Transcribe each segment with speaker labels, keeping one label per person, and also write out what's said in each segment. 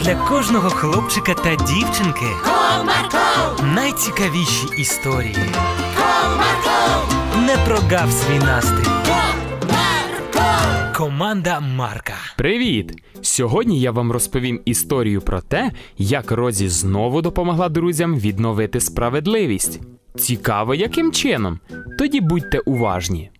Speaker 1: для кожного хлопчика та дівчинки
Speaker 2: Comarco,
Speaker 1: найцікавіші історії.
Speaker 2: Comarco,
Speaker 1: Не прогав свій настрій.
Speaker 2: Comarco.
Speaker 1: Команда Марка.
Speaker 3: Привіт! Сьогодні я вам розповім історію про те, як Розі знову допомогла друзям відновити справедливість. Цікаво, яким чином? Тоді будьте уважні.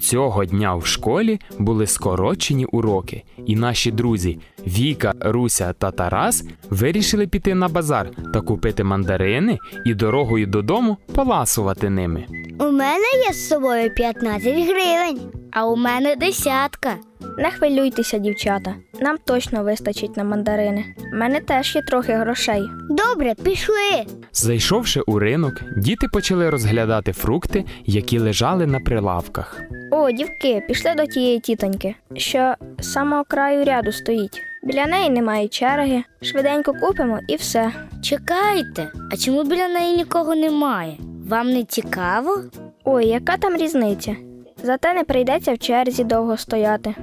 Speaker 3: Цього дня в школі були скорочені уроки, і наші друзі Віка, Руся та Тарас вирішили піти на базар та купити мандарини і дорогою додому поласувати ними.
Speaker 4: У мене є з собою 15 гривень, а у мене десятка.
Speaker 5: Не хвилюйтеся, дівчата. Нам точно вистачить на мандарини. У мене теж є трохи грошей.
Speaker 4: Добре, пішли.
Speaker 3: Зайшовши у ринок, діти почали розглядати фрукти, які лежали на прилавках.
Speaker 5: О, дівки, пішли до тієї тітоньки, що з самого краю ряду стоїть. Біля неї немає черги. Швиденько купимо і все.
Speaker 4: Чекайте, а чому біля неї нікого немає? Вам не цікаво?
Speaker 5: Ой, яка там різниця? Зате не прийдеться в черзі довго стояти.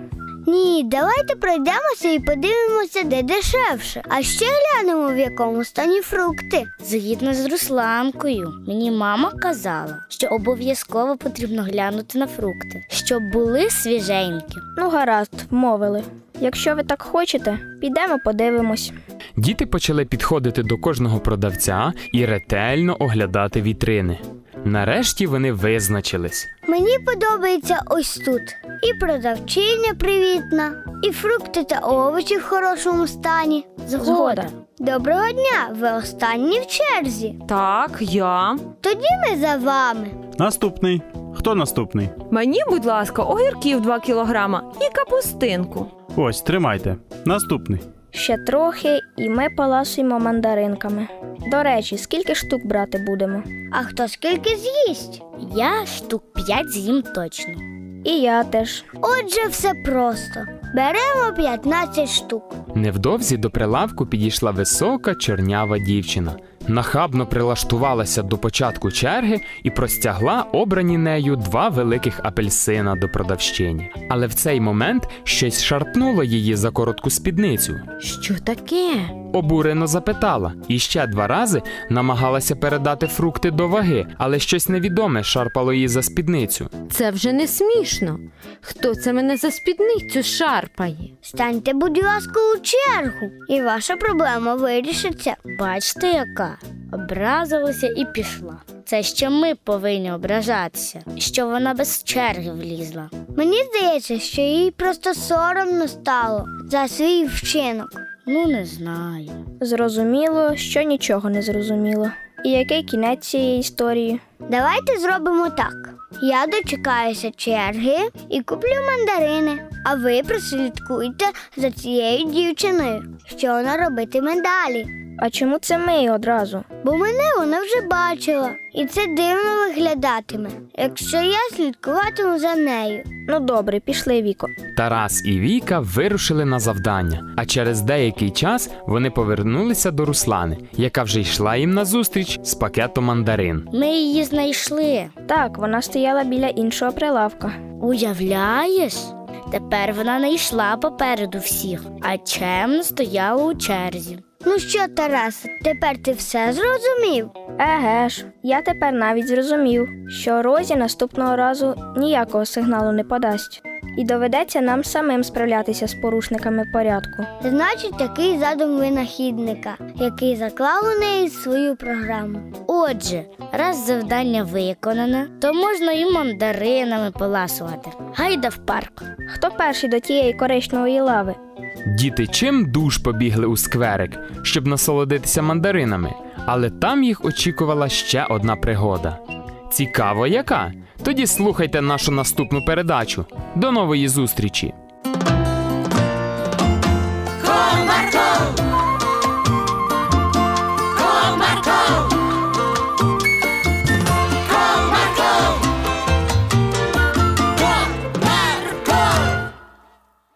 Speaker 4: Ні, давайте пройдемося і подивимося, де дешевше. А ще глянемо, в якому стані фрукти. Згідно з Русланкою, мені мама казала, що обов'язково потрібно глянути на фрукти, щоб були свіженькі.
Speaker 5: Ну, гаразд, вмовили. Якщо ви так хочете, підемо подивимось.
Speaker 3: Діти почали підходити до кожного продавця і ретельно оглядати вітрини. Нарешті вони визначились.
Speaker 4: Мені подобається ось тут. І продавчиня привітна, і фрукти та овочі в хорошому стані.
Speaker 5: Згода.
Speaker 4: Доброго дня! Ви останні в черзі.
Speaker 6: Так, я.
Speaker 4: Тоді ми за вами.
Speaker 7: Наступний. Хто наступний?
Speaker 6: Мені, будь ласка, огірків 2 кілограма і капустинку.
Speaker 7: Ось, тримайте. Наступний.
Speaker 5: Ще трохи, і ми поласуємо мандаринками. До речі, скільки штук брати будемо?
Speaker 4: А хто скільки з'їсть? Я штук п'ять з'їм точно.
Speaker 5: І я теж.
Speaker 4: Отже, все просто. Беремо 15 штук.
Speaker 3: Невдовзі до прилавку підійшла висока чорнява дівчина. Нахабно прилаштувалася до початку черги і простягла обрані нею два великих апельсина до продавщині. Але в цей момент щось шарпнуло її за коротку спідницю.
Speaker 6: Що таке?
Speaker 3: обурено запитала і ще два рази намагалася передати фрукти до ваги, але щось невідоме шарпало її за спідницю.
Speaker 8: Це вже не смішно. Хто це мене за спідницю шарпає?
Speaker 4: Станьте, будь ласка, у чергу, і ваша проблема вирішиться. Бачите, яка образилася і пішла. Це ще ми повинні ображатися, що вона без черги влізла. Мені здається, що їй просто соромно стало за свій вчинок. Ну, не знаю.
Speaker 5: Зрозуміло, що нічого не зрозуміло. І який кінець цієї історії?
Speaker 4: Давайте зробимо так. Я дочекаюся черги і куплю мандарини, а ви прослідкуйте за цією дівчиною, що вона робитиме далі.
Speaker 5: А чому це ми одразу?
Speaker 4: Бо мене вона вже бачила, і це дивно виглядатиме, якщо я слідкуватиму за нею.
Speaker 5: Ну добре, пішли віко.
Speaker 3: Тарас і Віка вирушили на завдання, а через деякий час вони повернулися до Руслани, яка вже йшла їм назустріч з пакетом мандарин.
Speaker 4: Ми її знайшли.
Speaker 5: Так, вона стояла біля іншого прилавка.
Speaker 4: Уявляєш? Тепер вона не йшла попереду всіх, а чемно стояла у черзі. Ну що, Тарас, тепер ти все зрозумів?
Speaker 5: Еге ж, я тепер навіть зрозумів, що Розі наступного разу ніякого сигналу не подасть. І доведеться нам самим справлятися з порушниками порядку.
Speaker 4: Значить, такий задум винахідника, який заклав у неї свою програму. Отже, раз завдання виконане, то можна і мандаринами поласувати. Гайда в парк.
Speaker 5: Хто перший до тієї коричневої лави?
Speaker 3: Діти чим душ побігли у скверик, щоб насолодитися мандаринами, але там їх очікувала ще одна пригода. Цікаво, яка? Тоді слухайте нашу наступну передачу. До нової зустрічі!